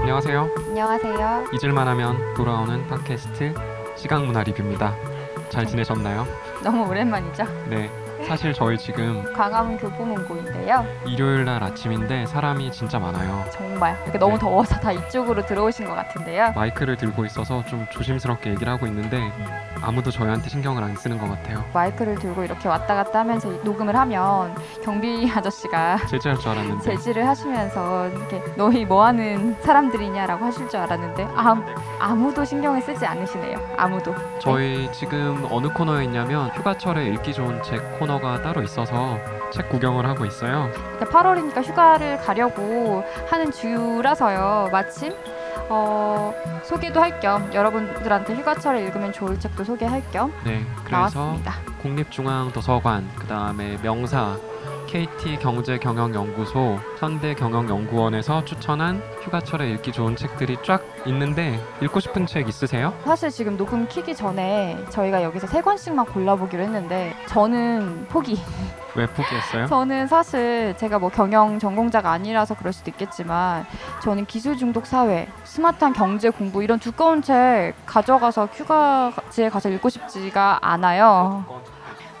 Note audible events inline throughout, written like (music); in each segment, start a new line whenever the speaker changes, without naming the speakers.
안녕하세요.
안녕하세요.
잊을만하면 돌아오는 팟캐스트 시각문화 리뷰입니다. 잘 지내셨나요?
너무 오랜만이죠.
네. 사실 저희 지금
광화문 교보문고인데요.
일요일 날 아침인데 사람이 진짜 많아요.
정말 이렇게 너무
네.
더워서 다 이쪽으로 들어오신 것 같은데요.
마이크를 들고 있어서 좀 조심스럽게 얘기를 하고 있는데 아무도 저희한테 신경을 안 쓰는 것 같아요.
마이크를 들고 이렇게 왔다 갔다 하면서 녹음을 하면 경비 (laughs) 아저씨가
제지할 줄 알았는데
제지를 하시면서 이렇게 너희 뭐하는 사람들이냐라고 하실 줄 알았는데 아무,
네.
아무도 신경을 쓰지 않으시네요. 아무도.
저희 지금 어느 코너에 있냐면 휴가철에 읽기 좋은 책 코너가 따로 있어서 책 구경을 하고 있어요.
8월이니까 그러니까 휴가를 가려고 하는 주라서요. 마침 어, 소개도 할 겸 여러분들한테 휴가철에 읽으면 좋을 책도 소개할 겸
네. 그래서
나왔습니다.
국립중앙도서관, 그 다음에 명사, KT 경제경영연구소, 현대경영연구원에서 추천한 휴가철에 읽기 좋은 책들이 쫙 있는데 읽고 싶은 책 있으세요?
사실 지금 녹음 키기 전에 저희가 여기서 세 권씩만 골라보기로 했는데 저는 포기.
왜 포기했어요?
저는 사실 제가 뭐 경영 전공자가 아니라서 그럴 수도 있겠지만 저는 기술 중독 사회, 스마트한 경제 공부 이런 두꺼운 책 가져가서 휴가지에 가서 읽고 싶지가 않아요.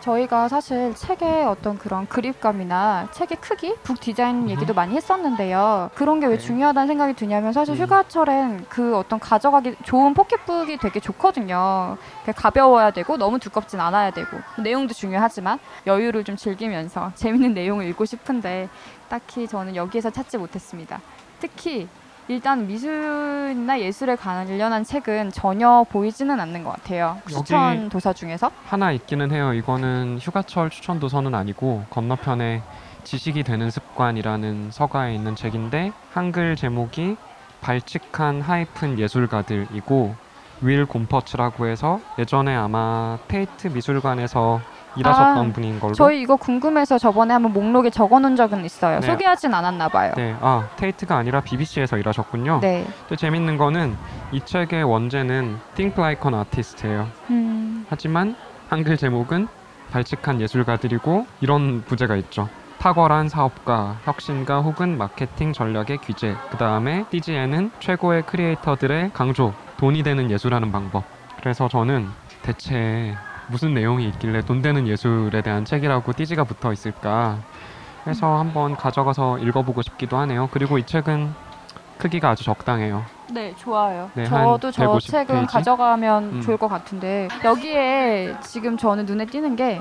저희가 사실 책의 어떤 그런 그립감이나 책의 크기, 북 디자인 얘기도 많이 했었는데요. 그런 게 왜
네.
중요하다는 생각이 드냐면 사실
음.
휴가철엔 그 어떤 가져가기 좋은 포켓북이 되게 좋거든요. 그게 가벼워야 되고 너무 두껍진 않아야 되고 내용도 중요하지만 여유를 좀 즐기면서 (laughs) 재밌는 내용을 읽고 싶은데 딱히 저는 여기에서 찾지 못했습니다. 특히 일단 미술이나 예술에 관련한 책은 전혀 보이지는 않는 것 같아요.
여기-
추천 도서 중에서
하나 있기는 해요. 이거는 휴가철 추천 도서는 아니고 건너편에 지식이 되는 습관이라는 서가에 있는 책인데 한글 제목이 발칙한 하이픈 예술가들이고 윌 곰퍼츠라고 해서 예전에 아마 테이트 미술관에서 일하셨던
아,
분인 걸로
저희 이거 궁금해서 저번에 한번 목록에 적어놓은 적은 있어요.
네.
소개하진 않았나 봐요.
네, 아 테이트가 아니라 BBC에서 일하셨군요.
네.
근데 재밌는 거는 이 책의 원제는 Think Like an Artist예요.
음,
하지만 한글 제목은 발칙한 예술가들이고 이런 부제가 있죠. 탁월한 사업가, 혁신가 혹은 마케팅 전략의 귀재. 그 다음에 TGN은 최고의 크리에이터들의 강조, 돈이 되는 예술하는 방법. 그래서 저는 대체 무슨 내용이 있길래 돈 되는 예술에 대한 책이라고 띠지가 붙어 있을까 해서 한번 가져가서 읽어보고 싶기도 하네요. 그리고 이 책은 크기가 아주 적당해요.
네, 좋아요.
네,
저도
한
저
150
책은
페이지?
가져가면
음.
좋을 것 같은데 여기에 지금 저는 눈에 띄는 게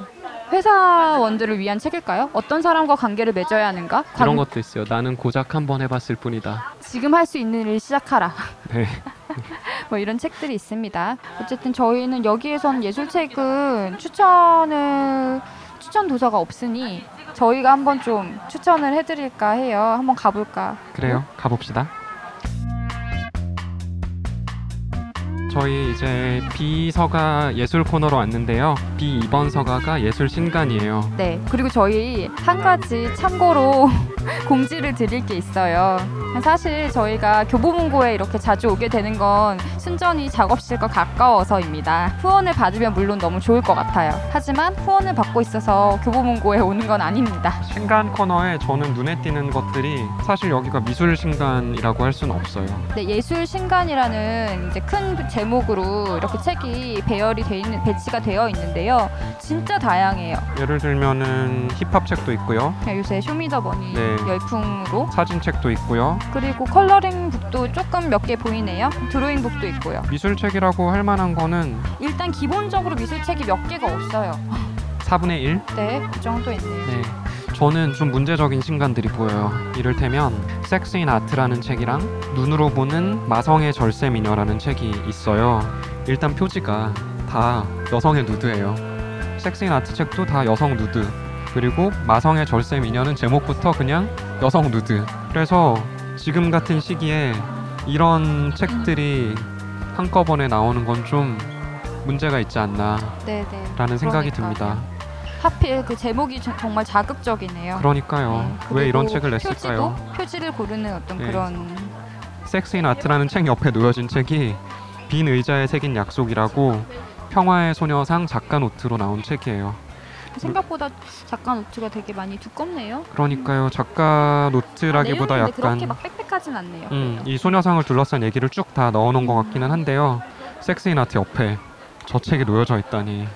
회사원들을 위한 책일까요? 어떤 사람과 관계를 맺어야 하는가? 관-
이런 것도 있어요. 나는 고작 한 번 해봤을 뿐이다.
지금 할 수 있는 일 시작하라.
(laughs) 네.
(laughs) 뭐 이런 책들이 있습니다. 어쨌든 저희는 여기에선 예술책은 추천을 추천 도서가 없으니 저희가 한번 좀 추천을 해드릴까 해요. 한번 가볼까.
그래요. 가봅시다. 저희 이제 B 서가 예술 코너로 왔는데요. B 2번 서가가 예술 신간이에요.
네. 그리고 저희 한 가지 참고로 (laughs) 공지를 드릴 게 있어요. 사실 저희가 교보문고에 이렇게 자주 오게 되는 건 순전히 작업실과 가까워서입니다. 후원을 받으면 물론 너무 좋을 것 같아요. 하지만 후원을 받고 있어서 교보문고에 오는 건 아닙니다.
신간 코너에 저는 눈에 띄는 것들이 사실 여기가 미술 신간이라고 할 수는 없어요.
네, 예술 신간이라는 이제 큰 제목으로 이렇게 책이 배열이 돼 있는 배치가 되어 있는데요. 진짜 다양해요.
예를 들면은 힙합 책도 있고요.
그냥 요새 쇼미더머니
네.
열풍으로
사진 책도 있고요.
그리고 컬러링 북도 조금 몇 개 보이네요. 드로잉 북도 있고요.
미술 책이라고 할 만한 거는
일단 기본적으로 미술책이 몇 개가 없어요.
4분의 1?
네, 그 정도 있네요.
네. 저는 좀 문제적인 신간들이 보여요. 이를테면 섹스 인 아트라는 책이랑 눈으로 보는 마성의 절세 미녀라는 책이 있어요. 일단 표지가 다 여성의 누드예요. 섹스 인 아트 책도 다 여성 누드. 그리고 마성의 절세 미녀는 제목부터 그냥 여성 누드. 그래서 지금 같은 시기에 이런 책들이 한꺼번에 나오는 건 좀 문제가 있지 않나라는
네, 네.
생각이
그러니까요.
듭니다.
하필 그 제목이 저- 정말 자극적이네요.
그러니까요.
네,
왜 이런
그리고
책을 냈을까요?
표지도 표지를 고르는 어떤
네.
그런
섹스인 아트라는 책 옆에 놓여진 책이 빈 의자에 새긴 약속이라고 평화의 소녀상 작가 노트로 나온 책이에요.
생각보다 작가 노트가 되게 많이 두껍네요.
그러니까요 작가 노트라기보다
아, 내용이 근데
약간
그렇게 막 빽빽하진 않네요.
음, 이 소녀상을 둘러싼 얘기를 쭉 다 넣어놓은 것 같기는 한데요. 섹스인 아트 옆에 저 책이 놓여져 있다니.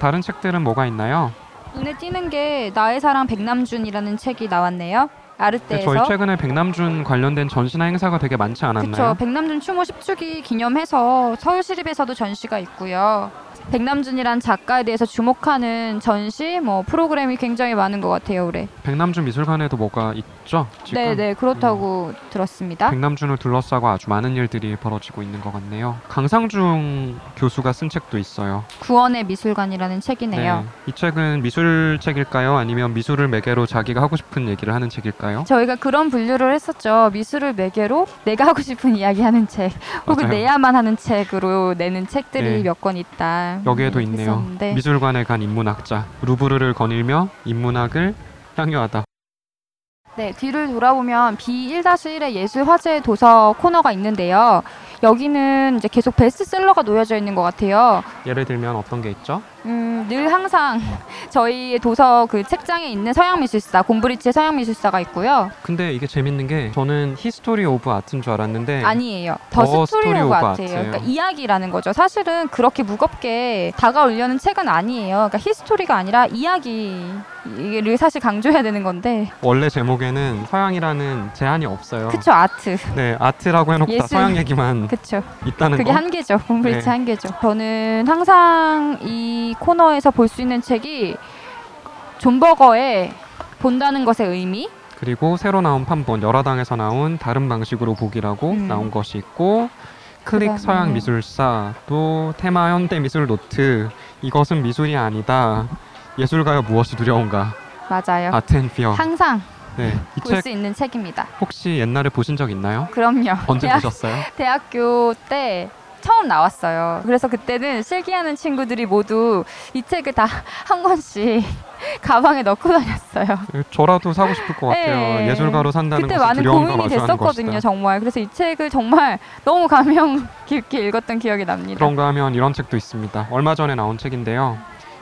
다른 책들은 뭐가 있나요?
눈에 띄는 게 나의 사랑 백남준이라는 책이 나왔네요.
네,
아르떼에서
저희 최근에 백남준 관련된 전시나 행사가 되게 많지
그렇죠.
않았나요?
백남준 추모 10주기 기념해서 서울시립에서도 전시가 있고요. 백남준이란 작가에 대해서 주목하는 전시, 뭐 프로그램이 굉장히 많은 것 같아요 올해.
백남준 미술관에도 뭐가 있죠? 지금 음.
네, 네 그렇다고 들었습니다.
백남준을 둘러싸고 아주 많은 일들이 벌어지고 있는 것 같네요. 강상중 교수가 쓴 책도 있어요.
구원의 미술관이라는 책이네요.
이 책은 미술 책일까요? 아니면 미술을 매개로 자기가 하고 싶은 얘기를 하는 책일까요?
저희가 그런 분류를 했었죠. 미술을 매개로 내가 하고 싶은 이야기하는 책, 혹은
맞아요.
내야만 하는 책으로 내는 책들이
네.
몇 권 있다.
여기에도
음,
있네요.
했었는데.
미술관에 간 인문학자 루브르를 거닐며 인문학을 향유하다.
네, 뒤를 돌아보면 B1-1의 예술 화제 도서 코너가 있는데요. 여기는 이제 계속 베스트셀러가 놓여져 있는 것 같아요.
예를 들면 어떤 게 있죠?
음, 늘 항상 (laughs) 저희 도서 그 책장에 있는 서양미술사, 곰브리치의 서양미술사가 있고요.
근데 이게 재밌는 게 저는 히스토리 오브 아트인 줄 알았는데
아니에요. 네. 더
더
스토리
스토리
오브
오브
아트예요.
아트예요.
그러니까 이야기라는 거죠. 사실은 그렇게 무겁게 다가오려는 책은 아니에요. 그러니까 히스토리가 아니라 이야기를 사실 강조해야 되는 건데,
원래 제목에는 서양이라는 제한이 없어요.
그쵸 아트, (laughs)
네, 아트라고 해놓고 다
예술.
서양 얘기만
그쵸.
있다는
그게
거.
한계죠. 곰브리츠
네.
한계죠. 저는 항상 이 코너에서 볼 수 있는 책이 존버거의 본다는 것의 의미.
그리고 새로 나온 판본 열화당에서 나온 다른 방식으로 보기라고
음.
나온 것이 있고 클릭
그다음에-
서양 미술사 또 테마 현대 미술 노트 이것은 미술이 아니다 예술가여 무엇이 두려운가
맞아요.
아트 앤 피어
항상 볼
네이책
수 있는 책입니다.
혹시 옛날에 보신 적 있나요?
그럼요.
언제
대학,
보셨어요?
대학교 때 처음 나왔어요. 그래서 그때는 실기하는 친구들이 모두 이 책을 다 (laughs) 한 권씩 (laughs) 가방에 넣고 다녔어요.
저라도 사고 싶을 것 같아요.
네.
예술가로 산다는
그때
것은
많은
두려움과
고민이
마주하는
됐었거든요,
것이다.
정말. 그래서 이 책을 정말 (laughs) 너무 감명 깊게 읽었던 기억이 납니다.
그런가 하면 이런 책도 있습니다. 얼마 전에 나온 책인데요.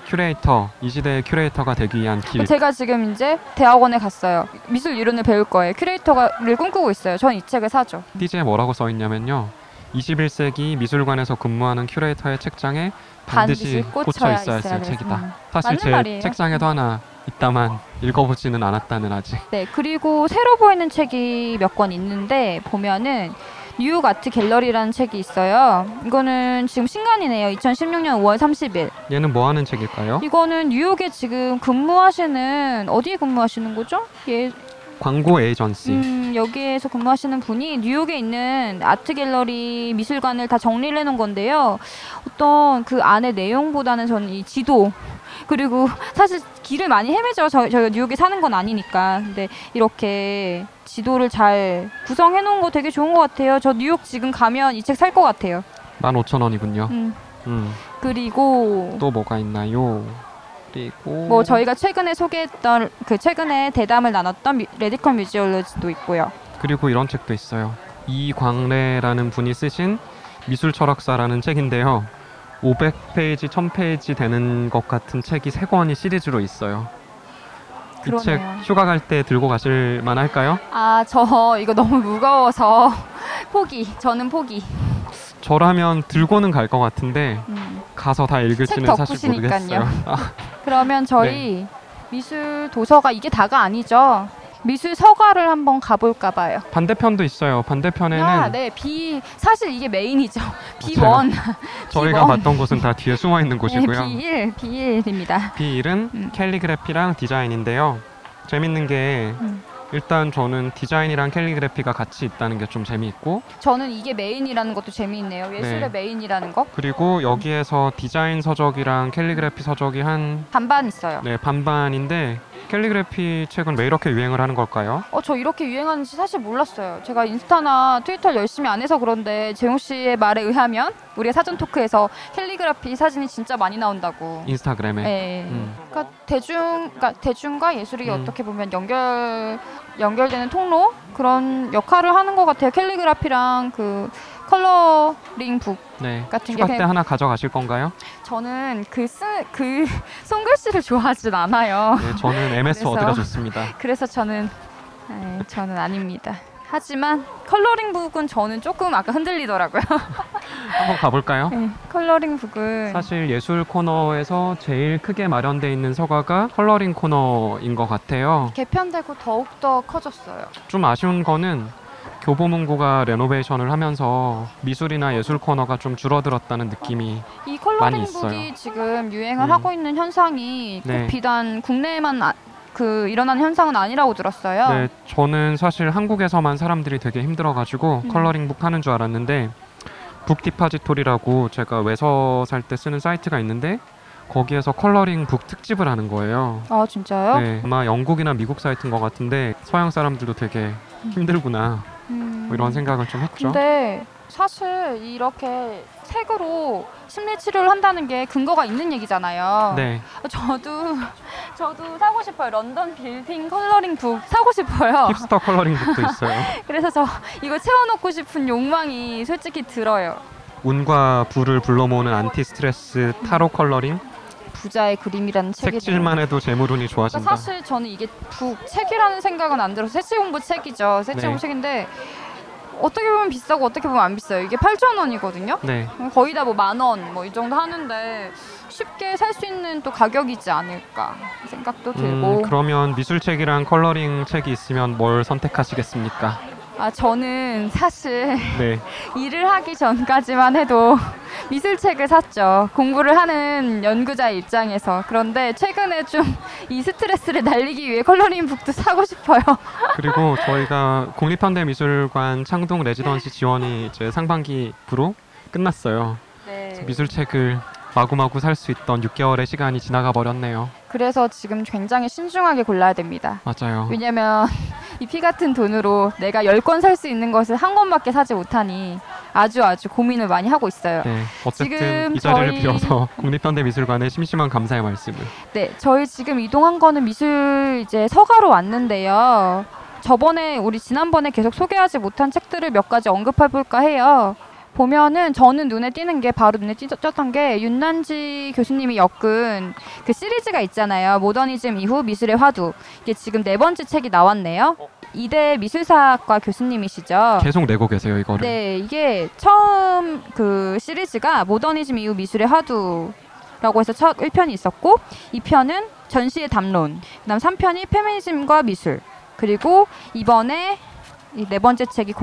큐레이터 이 시대의 큐레이터가 되기 위한 길.
제가 지금 이제 대학원에 갔어요. 미술 이론을 배울 거예요. 큐레이터를 꿈꾸고 있어요. 전 이 책을 사죠.
띠지에 뭐라고 써 있냐면요. 21세기 미술관에서 근무하는 큐레이터의 책장에 반드시, 꽂혀 있어야 할
돼서.
책이다.
음.
사실
맞는
제
말이에요.
책장에도 하나 있다만 읽어보지는 않았다는 아직.
네, 그리고 새로 보이는 책이 몇 권 있는데 보면은 뉴욕 아트 갤러리라는 책이 있어요. 이거는 지금 신간이네요. 2016년 5월 30일.
얘는 뭐 하는 책일까요?
이거는 뉴욕에 지금 근무하시는 어디에 근무하시는 거죠? 예,
광고 에이전시.
음, 여기에서 근무하시는 분이 뉴욕에 있는 아트 갤러리 미술관을 다 정리를 해놓은 건데요. 어떤 그 안의 내용보다는 저는 이 지도 그리고 사실 길을 많이 헤매죠. 저, 저희가 뉴욕에 사는 건 아니니까. 근데 이렇게 지도를 잘 구성해 놓은 거 되게 좋은 것 같아요. 저 뉴욕 지금 가면 이 책 살 것 같아요.
15,000원이군요.
음,
음.
그리고
또 뭐가 있나요? 그리고
뭐 저희가 최근에 소개했던 그 최근에 대담을 나눴던 미- 레디컬 뮤지올로지도 있고요.
그리고 이런 책도 있어요. 이광래라는 분이 쓰신 미술 철학사라는 책인데요. 500페이지, 1000페이지 되는 것 같은 책이 세 권이 시리즈로 있어요.
그러네요.
이 책 휴가 갈 때 들고 가실 만할까요?
아, 저 이거 너무 무거워서 (laughs) 포기. 저는 포기.
저라면 들고는 갈 것 같은데
음.
가서 다 읽을지는
책
사실
덮으시니까요.
모르겠어요. (laughs)
그러면 저희
네.
미술 도서가 이게 다가 아니죠. 미술 서가를 한번 가볼까 봐요.
반대편도 있어요. 반대편에는 어,
아, 네. B 사실 이게 메인이죠.
맞아요.
B1,
저희가
비번.
봤던 곳은 다 뒤에 숨어
(laughs)
있는 곳이고요.
네, B1, B1입니다.
B1은
음.
캘리그래피랑 디자인인데요. 재밌는 게
음.
일단 저는 디자인이랑 캘리그래피가 같이 있다는 게 좀 재미있고
저는 이게 메인이라는 것도 재미있네요. 예술의
네.
메인이라는 거
그리고 여기에서 디자인 서적이랑 캘리그래피 서적이 한
반반 있어요.
네, 반반인데 캘리그래피 책은 왜 이렇게 유행을 하는 걸까요?
어, 저 이렇게 유행하는지 사실 몰랐어요. 제가 인스타나 트위터 열심히 안 해서 그런데 재용 씨의 말에 의하면 우리의 사전 토크에서 캘리그라피 사진이 진짜 많이 나온다고.
인스타그램에.
예.
음.
그러니까 대중, 그러니까 대중과 예술이
음.
어떻게 보면 연결 연결되는 통로 그런 역할을 하는 것 같아요. 캘리그라피랑 그 컬러링 북
네.
같은 게
휴가 때
그냥
하나 가져가실 건가요?
저는 그쓰그 (laughs) 손글씨를 좋아하진 않아요.
네,
(laughs)
저는 MS
그래서-
워드가 좋습니다.
그래서 저는 에, 저는 아닙니다. 하지만 컬러링 북은 저는 조금 아까 흔들리더라고요.
한번 가볼까요?
네, (laughs) 컬러링 북은
사실 예술 코너에서 제일 크게 마련돼 있는 서가가 컬러링 코너인 것 같아요.
개편되고 더욱 더 커졌어요.
좀 아쉬운 거는 교보문고가 레노베이션을 하면서 미술이나 예술 코너가 좀 줄어들었다는 느낌이
이
많이
컬러링
있어요.
북이 지금 유행을
음.
하고 있는 현상이 꼭
네.
비단 국내에만 아- 그 일어난 현상은 아니라고 들었어요.
네, 저는 사실 한국에서만 사람들이 되게 힘들어가지고
음.
컬러링북 하는 줄 알았는데 북디파지토리라고 제가 외서 살 때 쓰는 사이트가 있는데 거기에서 컬러링북 특집을 하는 거예요.
아 진짜요?
네, 아마 영국이나 미국 사이트인 것 같은데 서양 사람들도 되게 힘들구나
음.
뭐 이런 생각을 좀 했죠.
근데 사실 이렇게 색으로 심리 치료를 한다는 게 근거가 있는 얘기잖아요.
네,
저도 저도 사고 싶어요. 런던 빌딩 컬러링 북 사고 싶어요.
힙스터 컬러링북도 있어요.
그래서 저 이거 채워놓고 싶은 욕망이 솔직히 들어요.
운과 부를 불러모으는 안티 스트레스 타로 컬러링
부자의 그림이라는 책이
색칠만 해도 재물운이
그러니까
좋아진다.
사실 저는 이게 북 책이라는 생각은 안 들어서 색칠 공부 책이죠. 색칠
네.
공부 책인데 어떻게 보면 비싸고 어떻게 보면 안 비싸요. 이게 8천 원이거든요.
네,
거의 다 뭐 만 원 뭐 이 정도 하는데 쉽게 살 수 있는 또 가격이지 않을까 생각도 들고
음, 그러면 미술책이랑 컬러링 책이 있으면 뭘 선택하시겠습니까?
아 저는 사실 (laughs)
네.
일을 하기 전까지만 해도 (laughs) 미술책을 샀죠. 공부를 하는 연구자의 입장에서. 그런데 최근에 좀 이 스트레스를 날리기 위해 컬러링 북도 사고 싶어요.
그리고 저희가 국립현대미술관 창동 레지던시 지원이 이제 상반기부로 끝났어요.
네.
미술책을 마구마구 살 수 있던 6개월의 시간이 지나가 버렸네요.
그래서 지금 굉장히 신중하게 골라야 됩니다.
맞아요.
왜냐면 (laughs) 이 피 같은 돈으로 내가 10권 살 수 있는 것을 한 권밖에 사지 못하니 아주 아주 고민을 많이 하고 있어요.
네. 어쨌든
지금
이 자리를
저희-
빌어서 국립현대미술관에 심심한 감사의 말씀을.
네, 저희 지금 이동한 거는 미술 이제 서가로 왔는데요. 저번에 우리 지난번에 계속 소개하지 못한 책들을 몇 가지 언급해 볼까 해요. 보면은 저는 눈에 띄는 게 바로 눈에 띄었던 게 윤난지 교수님이 엮은 그 시리즈가 있잖아요. 모더니즘 이후 미술의 화두. 이게 지금 네 번째 책이 나왔네요. 이대 미술사학과 교수님이시죠.
계속 내고 계세요, 이거를.
어. 네, 이게 처음 그 시리즈가 모더니즘 이후 미술의 화두라고 해서 첫 1편이 있었고 2편은 전시의 담론, 그다음 3편이 페미니즘과 미술, 그리고 이번에 이 네 번째 책이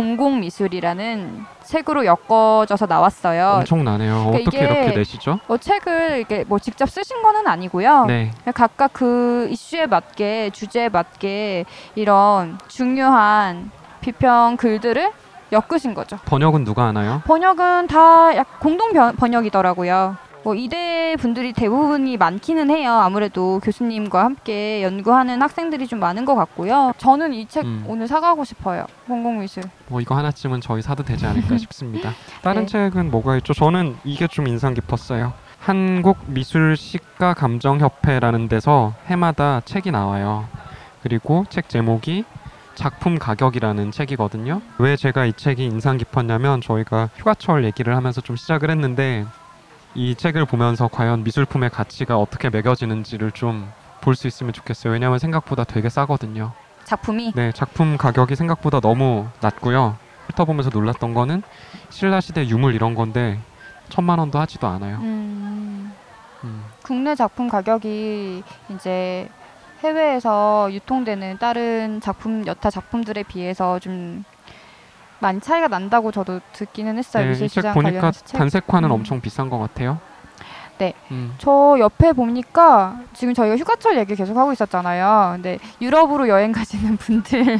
공공미술이라는 책으로 엮어져서 나왔어요.
엄청나네요.
그러니까
어떻게
이게-
이렇게 내시죠?
어, 책을 이렇게 뭐 직접 쓰신 거는 아니고요.
네.
각각 그 이슈에 맞게 주제에 맞게 이런 중요한 비평 글들을 엮으신 거죠.
번역은 누가 하나요?
번역은 다 약- 공동 번- 번역이더라고요. 뭐 이대 분들이 대부분이 많기는 해요. 아무래도 교수님과 함께 연구하는 학생들이 좀 많은 것 같고요. 저는 이 책
음.
오늘 사가고 싶어요. 공공미술.
뭐 이거 하나쯤은 저희 사도 되지 않을까 싶습니다. 다른
네.
책은 뭐가 있죠? 저는 이게 좀 인상 깊었어요. 한국 미술 시가 감정 협회라는 데서 해마다 책이 나와요. 그리고 책 제목이 작품 가격이라는 책이거든요. 왜 제가 이 책이 인상 깊었냐면 저희가 휴가철 얘기를 하면서 좀 시작을 했는데 이 책을 보면서 과연 미술품의 가치가 어떻게 매겨지는지를 좀 볼 수 있으면 좋겠어요. 왜냐하면 생각보다 되게 싸거든요.
작품이
네, 작품 가격이 생각보다 너무 낮고요. 훑어보면서 놀랐던 거는 신라 시대 유물 이런 건데 천만 원도 하지도 않아요.
음,
음,
국내 작품 가격이 이제 해외에서 유통되는 다른 작품 여타 작품들에 비해서 좀 많이 차이가 난다고 저도 듣기는 했어요.
네,
미술
이 책
시장
보니까
관련해서 책.
단색화는
음.
엄청 비싼 것 같아요.
네.
음,
저 옆에 보니까 지금 저희가 휴가철 얘기 계속 하고 있었잖아요. 근데 유럽으로 여행 가시는 분들이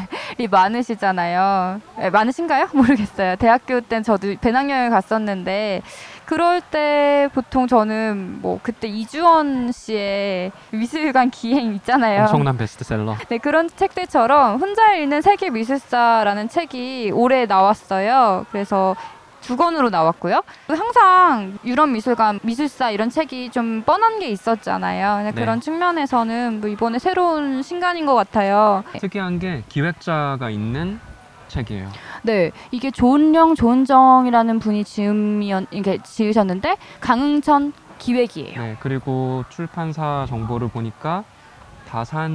많으시잖아요. 에, 많으신가요? (laughs) 모르겠어요. 대학교 땐 저도 배낭여행 갔었는데 그럴 때 보통 저는 뭐 그때 이주원 씨의 미술관 기행 있잖아요.
엄청난 베스트셀러.
네, 그런 책들처럼 혼자 읽는 세계 미술사라는 책이 올해 나왔어요. 그래서 두 권으로 나왔고요. 항상 유럽 미술관, 미술사 이런 책이 좀 뻔한 게 있었잖아요. 근데
네.
그런 측면에서는 뭐 이번에 새로운 신간인 것 같아요.
특이한 게 기획자가 있는 책이에요.
네, 이게 조은령, 조은정이라는 분이 지음이었, 이게 지으셨는데 강흥천 기획이에요.
네, 그리고 출판사 정보를 보니까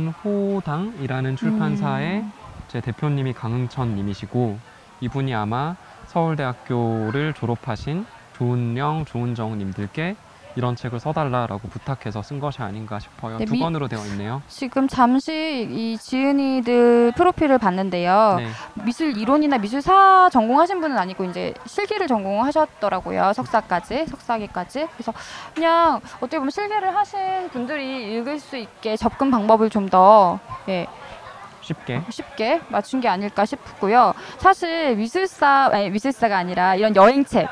다산호당이라는 출판사의
음.
제 대표님이 강흥천 님이시고 이분이 아마 서울대학교를 졸업하신 조은영, 조은정 님들께 이런 책을 써달라라고 부탁해서 쓴 것이 아닌가 싶어요.
네,
두
미-
권으로 되어 있네요.
지금 잠시 이 지은이들 프로필을 봤는데요.
네,
미술 이론이나 미술사 전공하신 분은 아니고 이제 실기를 전공하셨더라고요. 석사까지, 석사기까지. 그래서 그냥 어떻게 보면 실기를 하신 분들이 읽을 수 있게 접근 방법을 좀 더 예,
쉽게.
쉽게 맞춘 게 아닐까 싶고요. 사실 미술사, 아니, 미술사가 아니라 이런 여행책,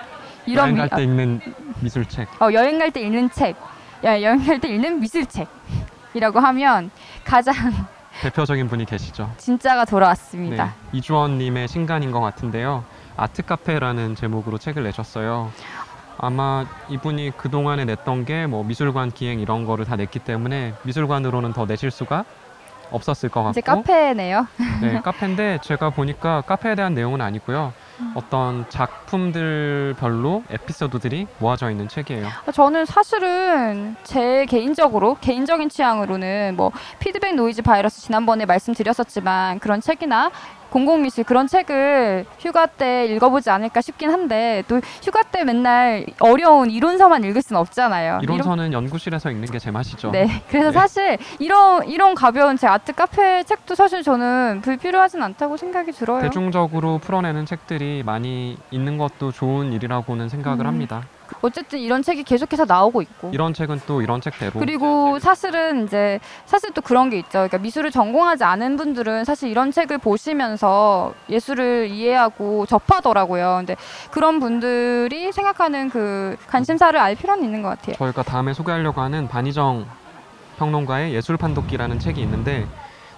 이런
여행
미-
갈 때 읽는 미술책.
어, 여행 갈 때 읽는 책, 야, 여행 갈 때 읽는 미술책이라고 하면 가장 (laughs)
대표적인 분이 계시죠. 네,
진짜가 돌아왔습니다.
이주원 님의 신간인 것 같은데요. 아트 카페라는 제목으로 책을 내셨어요. 아마 이분이 그동안에 냈던 게 뭐 미술관 기행 이런 거를 다 냈기 때문에 미술관으로는 더 내실 수가 없었을 것 같고
이제 카페네요.
네, 카페인데 제가 보니까 카페에 대한 내용은 아니고요. 어떤 작품들별로 에피소드들이 모아져 있는 책이에요.
저는 사실은 제 개인적으로 개인적인 취향으로는 뭐 피드백 노이즈 바이러스 지난번에 말씀드렸었지만 그런 책이나 공공미술 그런 책을 휴가 때 읽어보지 않을까 싶긴 한데 또 휴가 때 맨날 어려운 이론서만 읽을 수는 없잖아요.
이론서는 연구실에서 읽는 게 제 맛이죠.
네, (laughs) 그래서
네.
사실 이런 이런 가벼운 제 아트 카페 책도 사실 저는 불필요하진 않다고 생각이 들어요.
대중적으로 풀어내는 책들이 많이 있는 것도 좋은 일이라고는 생각을
음.
합니다.
어쨌든 이런 책이 계속해서 나오고 있고
이런 책은 또뭐 이런 책대로 네.
그리고 사실은 이제 사실 또 그런 게 있죠. 그러니까 미술을 전공하지 않은 분들은 사실 이런 책을 보시면서 예술을 이해하고 접하더라고요. 근데 그런 분들이 생각하는 그 관심사를 알 필요는 있는 것 같아요.
저희가 다음에 소개하려고 하는 반희정 평론가의 예술 판독기라는 책이 있는데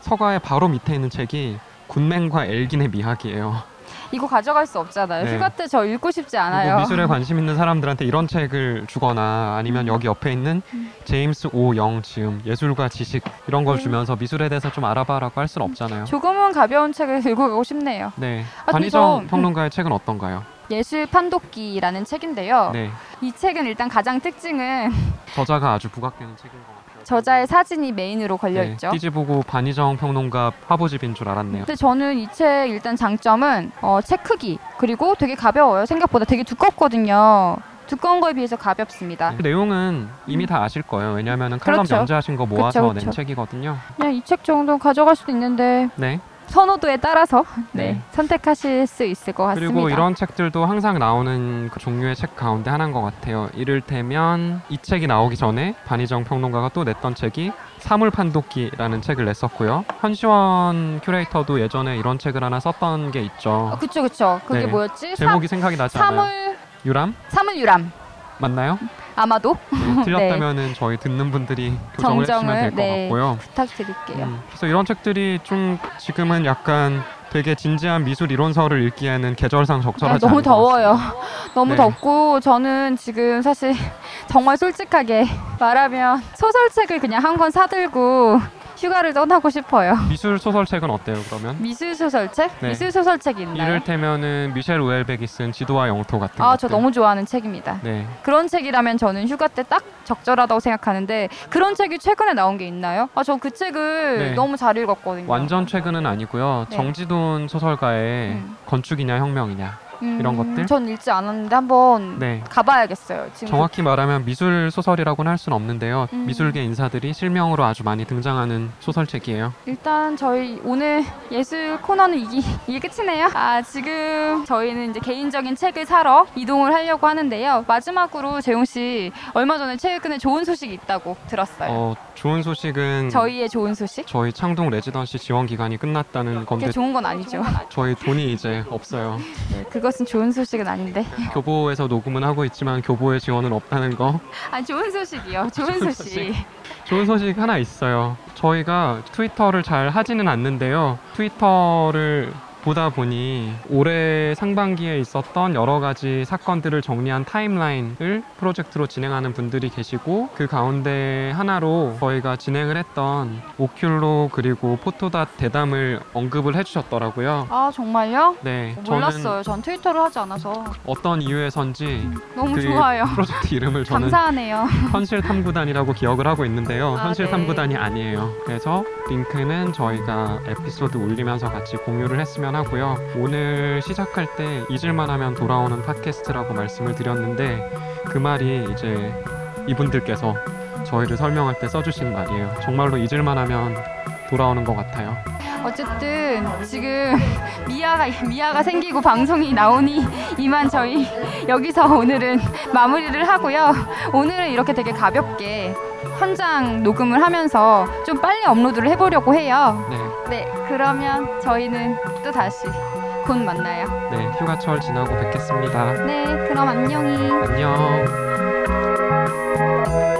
서가의 바로 밑에 있는 책이 군맹과 엘긴의 미학이에요.
이거 가져갈 수 없잖아요.
네.
휴가 때 저 읽고 싶지 않아요.
그리고 미술에 관심 있는 사람들한테 이런 책을 주거나 아니면
음.
여기 옆에 있는 제임스 오영 지음 예술과 지식 이런 걸
네.
주면서 미술에 대해서 좀 알아봐라고 할 순 없잖아요.
조금은 가벼운 책을 (laughs) 들고 가고 싶네요.
네,
아,
반희정
그래서-
평론가의 책은 어떤가요?
예술 판독기라는 책인데요.
네,
이 책은 일단 가장 특징은
저자가 아주 부각되는 책인 것 같아요.
저자의 사진이 메인으로 걸려
네,
있죠. 음,
띠지보고 반희정 평론가 화보집인 줄 알았네요.
근데 저는 이 책 일단 장점은 어, 책 크기 그리고 되게 가벼워요. 생각보다 되게 두껍거든요. 두꺼운 거에 비해서 가볍습니다.
그 내용은 이미 다 아실 거예요. 왜냐하면 칼럼
네. 음. 그렇죠.
연재하신 거 모아서
그렇죠, 그렇죠.
낸 책이거든요.
그냥 이 책 정도 가져갈 수도 있는데
네.
선호도에 따라서
(laughs)
네,
네.
선택하실 수 있을 것 같습니다.
그리고 이런 책들도 항상 나오는 그 종류의 책 가운데 하나인 것 같아요. 이를테면 이 책이 나오기 전에 반희정 평론가가 또 냈던 책이 사물판독기라는 책을 냈었고요. 현시원 큐레이터도 예전에 이런 책을 하나 썼던 게
아,
있죠.
그쵸 그쵸. 그게
네.
뭐였지?
제목이 생각이 나지
사,
않아요.
물
유람
사물유람 (laughs)
맞나요?
아마도
네, 틀렸다면은 저희 듣는 분들이 교정을
정정을,
해주시면 될 것
네.
같고요.
부탁드릴게요. 아,
음, 그래서 이런 책들이 좀 지금은 약간 되게 진지한 미술 이론서를 읽기에는 계절상 적절하지
아, 너무
않은 것
더워요.
같습니다.
(laughs) 너무
네.
덥고 저는 지금 사실 (laughs) 정말 솔직하게 말하면 소설책을 그냥 한 권 사들고 휴가를 떠나고 싶어요.
미술 소설책은 어때요 그러면?
미술 소설책?
네.
미술 소설책이 있나요?
이를테면은 미셸 우엘백이 쓴 지도와 영토 같은
아, 저
것들.
너무 좋아하는 책입니다.
네.
그런 책이라면 저는 휴가 때 딱 적절하다고 생각하는데 그런 책이 최근에 나온 게 있나요? 아, 저 그 책을
네.
너무 잘 읽었거든요.
완전 최근은 아니고요.
네.
정지돈 소설가의
음.
건축이냐 혁명이냐.
음,
이런 것들?
전 읽지 않았는데 한번
네.
가봐야겠어요. 지금
정확히 말하면 미술 소설이라고는 할 수는 없는데요.
음.
미술계 인사들이 실명으로 아주 많이 등장하는 소설책이에요.
일단 저희 오늘 예술 코너는 이게, 이게 끝이네요. 아 지금 저희는 이제 개인적인 책을 사러 이동을 하려고 하는데요. 마지막으로 재용 씨 얼마 전에 최근에 좋은 소식이 있다고 들었어요.
어, 음. 좋은 소식은
저희의 좋은 소식?
저희 창동 레지던시 지원 기간이 끝났다는 건데
어, 그게 좋은 건 아니죠. 네,
저희 돈이 이제
(laughs)
없어요.
그것은 좋은 소식은 아닌데.
교보에서 녹음은 하고 있지만 교보의 지원은 없다는 거.
아니 좋은 소식이요. (laughs) 좋은
좋은
소식.
좋은 소식 하나 있어요. 저희가 트위터를 잘 하지는 않는데요. 트위터를 보다 보니 올해 상반기에 있었던 여러 가지 사건들을 정리한 타임라인을 프로젝트로 진행하는 분들이 계시고 그 가운데 하나로 저희가 진행을 했던 오큘로 그리고 포토닷 대담을 언급을 해주셨더라고요.
아 정말요?
네, 저는
몰랐어요. 전 트위터를 하지 않아서
어떤 이유에선지
너무
그
좋아요.
프로젝트 이름을 저는
감사하네요.
현실 탐구단이라고 기억을 하고 있는데요.
아,
현실
네.
탐구단이 아니에요. 그래서 링크는 저희가 에피소드 올리면서 같이 공유를 했으면 하고요. 오늘 시작할 때 잊을만 하면 돌아오는 팟캐스트라고 말씀을 드렸는데 그 말이 이제 이분들께서 저희를 설명할 때 써주신 말이에요. 정말로 잊을만 하면 돌아오는 것 같아요.
어쨌든 지금 미아가 미아가 생기고 방송이 나오니 이만 저희 여기서 오늘은 마무리를 하고요. 오늘은 이렇게 되게 가볍게 현장 녹음을 하면서 좀 빨리 업로드를 해보려고 해요.
네,
네, 그러면 저희는 또 다시 곧 만나요.
네 휴가철 지나고 뵙겠습니다.
네, 그럼 안녕히.
안녕.